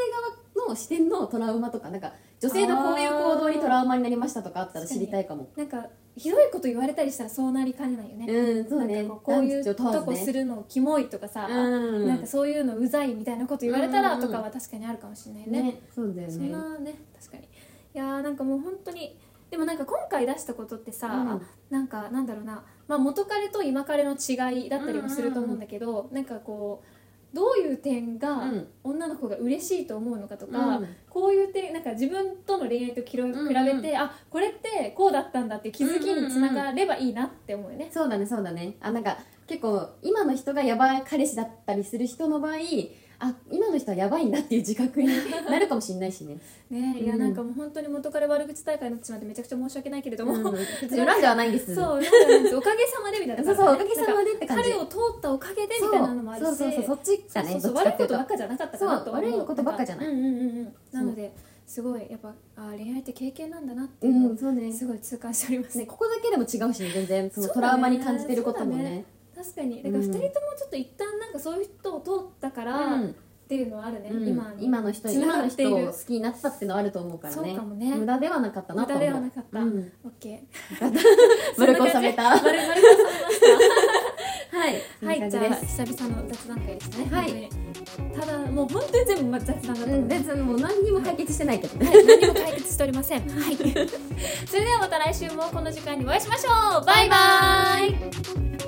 [SPEAKER 1] 側の視点のトラウマとかなんか女性のこういう行動にトラウマになりましたとかあったら知りたいかも
[SPEAKER 2] なんかひどいこと言われたりしたらそうなりかねないよね、
[SPEAKER 1] うんそう
[SPEAKER 2] な
[SPEAKER 1] ね
[SPEAKER 2] んかこうこういうとこす
[SPEAKER 1] る
[SPEAKER 2] るのキモいとかさ、
[SPEAKER 1] うん
[SPEAKER 2] なんかそういうのうざいみたいなこと言われたら
[SPEAKER 1] うんう
[SPEAKER 2] と
[SPEAKER 1] んうん
[SPEAKER 2] かは確かにあるかもしれないね
[SPEAKER 1] ねそうだよ
[SPEAKER 2] そ
[SPEAKER 1] ね
[SPEAKER 2] んなね確かにいやーなんかもう本当にでもなんか今回出したことってさ、
[SPEAKER 1] うん
[SPEAKER 2] なんかなんだろうな、まあ、元彼と今彼の違いだったりもすると思うんだけど、なんかこうどういう点が
[SPEAKER 1] うん
[SPEAKER 2] 女の子が嬉しいと思うのかとか、
[SPEAKER 1] うん
[SPEAKER 2] こういう点なんか自分との恋愛と比べ比べて、
[SPEAKER 1] うんうん
[SPEAKER 2] あこれってこうだったんだって気づきにつながればいいなって思うよね。
[SPEAKER 1] そうだねそうだねあなんか結構今の人がやばい彼氏だったりする人の場合あ今の人はやばいんだっていう自 覚になるかもしれないしね
[SPEAKER 2] ねいや
[SPEAKER 1] うん
[SPEAKER 2] なんかもう本当に元から悪口大会になってしまってめちゃくちゃ申し訳ないけれ ども、
[SPEAKER 1] うん別に恨んではないんです
[SPEAKER 2] そうなんかおかげさまでみたいな
[SPEAKER 1] そうそうおかげさまでって感じ
[SPEAKER 2] 彼を通ったおかげでみたいなのもあるし
[SPEAKER 1] そうそうそうそっちだね
[SPEAKER 2] そうそう
[SPEAKER 1] どっ
[SPEAKER 2] 悪
[SPEAKER 1] ちか
[SPEAKER 2] い
[SPEAKER 1] って
[SPEAKER 2] こ
[SPEAKER 1] いうと
[SPEAKER 2] とばっかじゃなかったかなとは思
[SPEAKER 1] そう悪いことばっかじゃない
[SPEAKER 2] うんうんうんうん
[SPEAKER 1] そう
[SPEAKER 2] なのですごいやっぱあー恋愛って経験なんだなっていううの
[SPEAKER 1] んそうね
[SPEAKER 2] をすごい痛感しております、
[SPEAKER 1] ねここだけでも違うしね全然その
[SPEAKER 2] そう
[SPEAKER 1] ト
[SPEAKER 2] だね
[SPEAKER 1] ラウマに感じてることもね
[SPEAKER 2] 確かにだから
[SPEAKER 1] う
[SPEAKER 2] 2
[SPEAKER 1] ん
[SPEAKER 2] 人ともちょっと一旦なんかそういう人を通ったから
[SPEAKER 1] うん
[SPEAKER 2] っていうのはあるね、
[SPEAKER 1] うん
[SPEAKER 2] 今
[SPEAKER 1] 今の人に
[SPEAKER 2] 繋
[SPEAKER 1] 今
[SPEAKER 2] が
[SPEAKER 1] の
[SPEAKER 2] ってい
[SPEAKER 1] 人
[SPEAKER 2] る
[SPEAKER 1] を好きになったってのはあると思うからね
[SPEAKER 2] そうかもね
[SPEAKER 1] 無駄ではなかったなと思
[SPEAKER 2] 無
[SPEAKER 1] う
[SPEAKER 2] 駄ではなかった
[SPEAKER 1] うん
[SPEAKER 2] OK
[SPEAKER 1] 丸く収め たは
[SPEAKER 2] 丸丸く収めました
[SPEAKER 1] いこん
[SPEAKER 2] は
[SPEAKER 1] な感
[SPEAKER 2] い、じゃあ
[SPEAKER 1] です
[SPEAKER 2] 久々の雑談会ですね。
[SPEAKER 1] はい
[SPEAKER 2] 本当に。ただもう本当に全部ま雑談だった
[SPEAKER 1] う
[SPEAKER 2] の
[SPEAKER 1] ん
[SPEAKER 2] で、
[SPEAKER 1] 別にもう何にも解決してないけどね
[SPEAKER 2] 何も解決しておりません。はい。それではまた来週もこの時間にお会いしましょう。バイバイ。